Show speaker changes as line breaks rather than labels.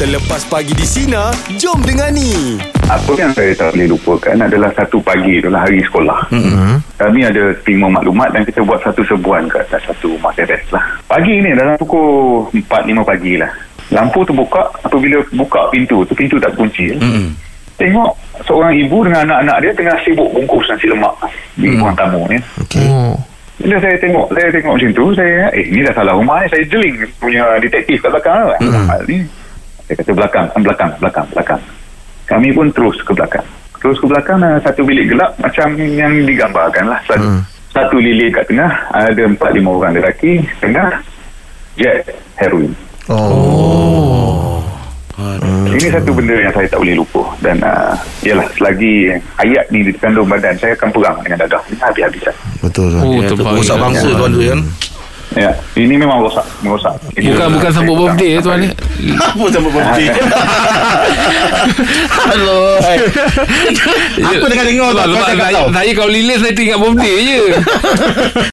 Terlepas pagi di Sina, jom dengani.
Apa yang saya tak boleh lupakan adalah satu pagi itulah hari sekolah. Mm-hmm. Kami ada terima maklumat dan kita buat satu sebuan ke atas satu rumah teres lah. Pagi ni dalam pukul 4-5 pagi lah. Lampu tu buka, apabila buka pintu tu, pintu tak
Hmm.
kunci. Mm-hmm. Tengok seorang ibu dengan anak-anak dia tengah sibuk bungkus nasi lemak di mm. ruang tamu ni.
Okay. Oh.
Bila saya tengok, saya tengok macam tu, saya, eh ni dah salah rumah ni, saya jeling punya detektif kat belakang lah. Mm. Ni, saya kata belakang, kan belakang, belakang, belakang. Kami pun terus ke belakang. Terus ke belakang, ah, satu bilik gelap macam yang digambarkan lah. Satu,
Hmm.
satu lilit kat tengah, ada empat lima orang lelaki, tengah, jet, heroin. Hmm. Ini satu benda yang saya tak boleh lupa dan uh, yalah selagi ayat ni di kandung badan saya akan perang dengan dadah ini habis-habisan.
Betul tu.
Oh,
Ya, tu
terbaik.
Rosak bangsa
Ya.
tuan tu kan.
Ya, ini memang rosak, merosak. Ini
Bukan bukan sambut
saya
birthday eh,
tak-
tuan ni.
Apa sama berhenti? Halo. Aku tengah dengar tak,
Sebab
kau
sebab
cakap
saya,
tau.
saya kalau lilis saya teringat birthday je.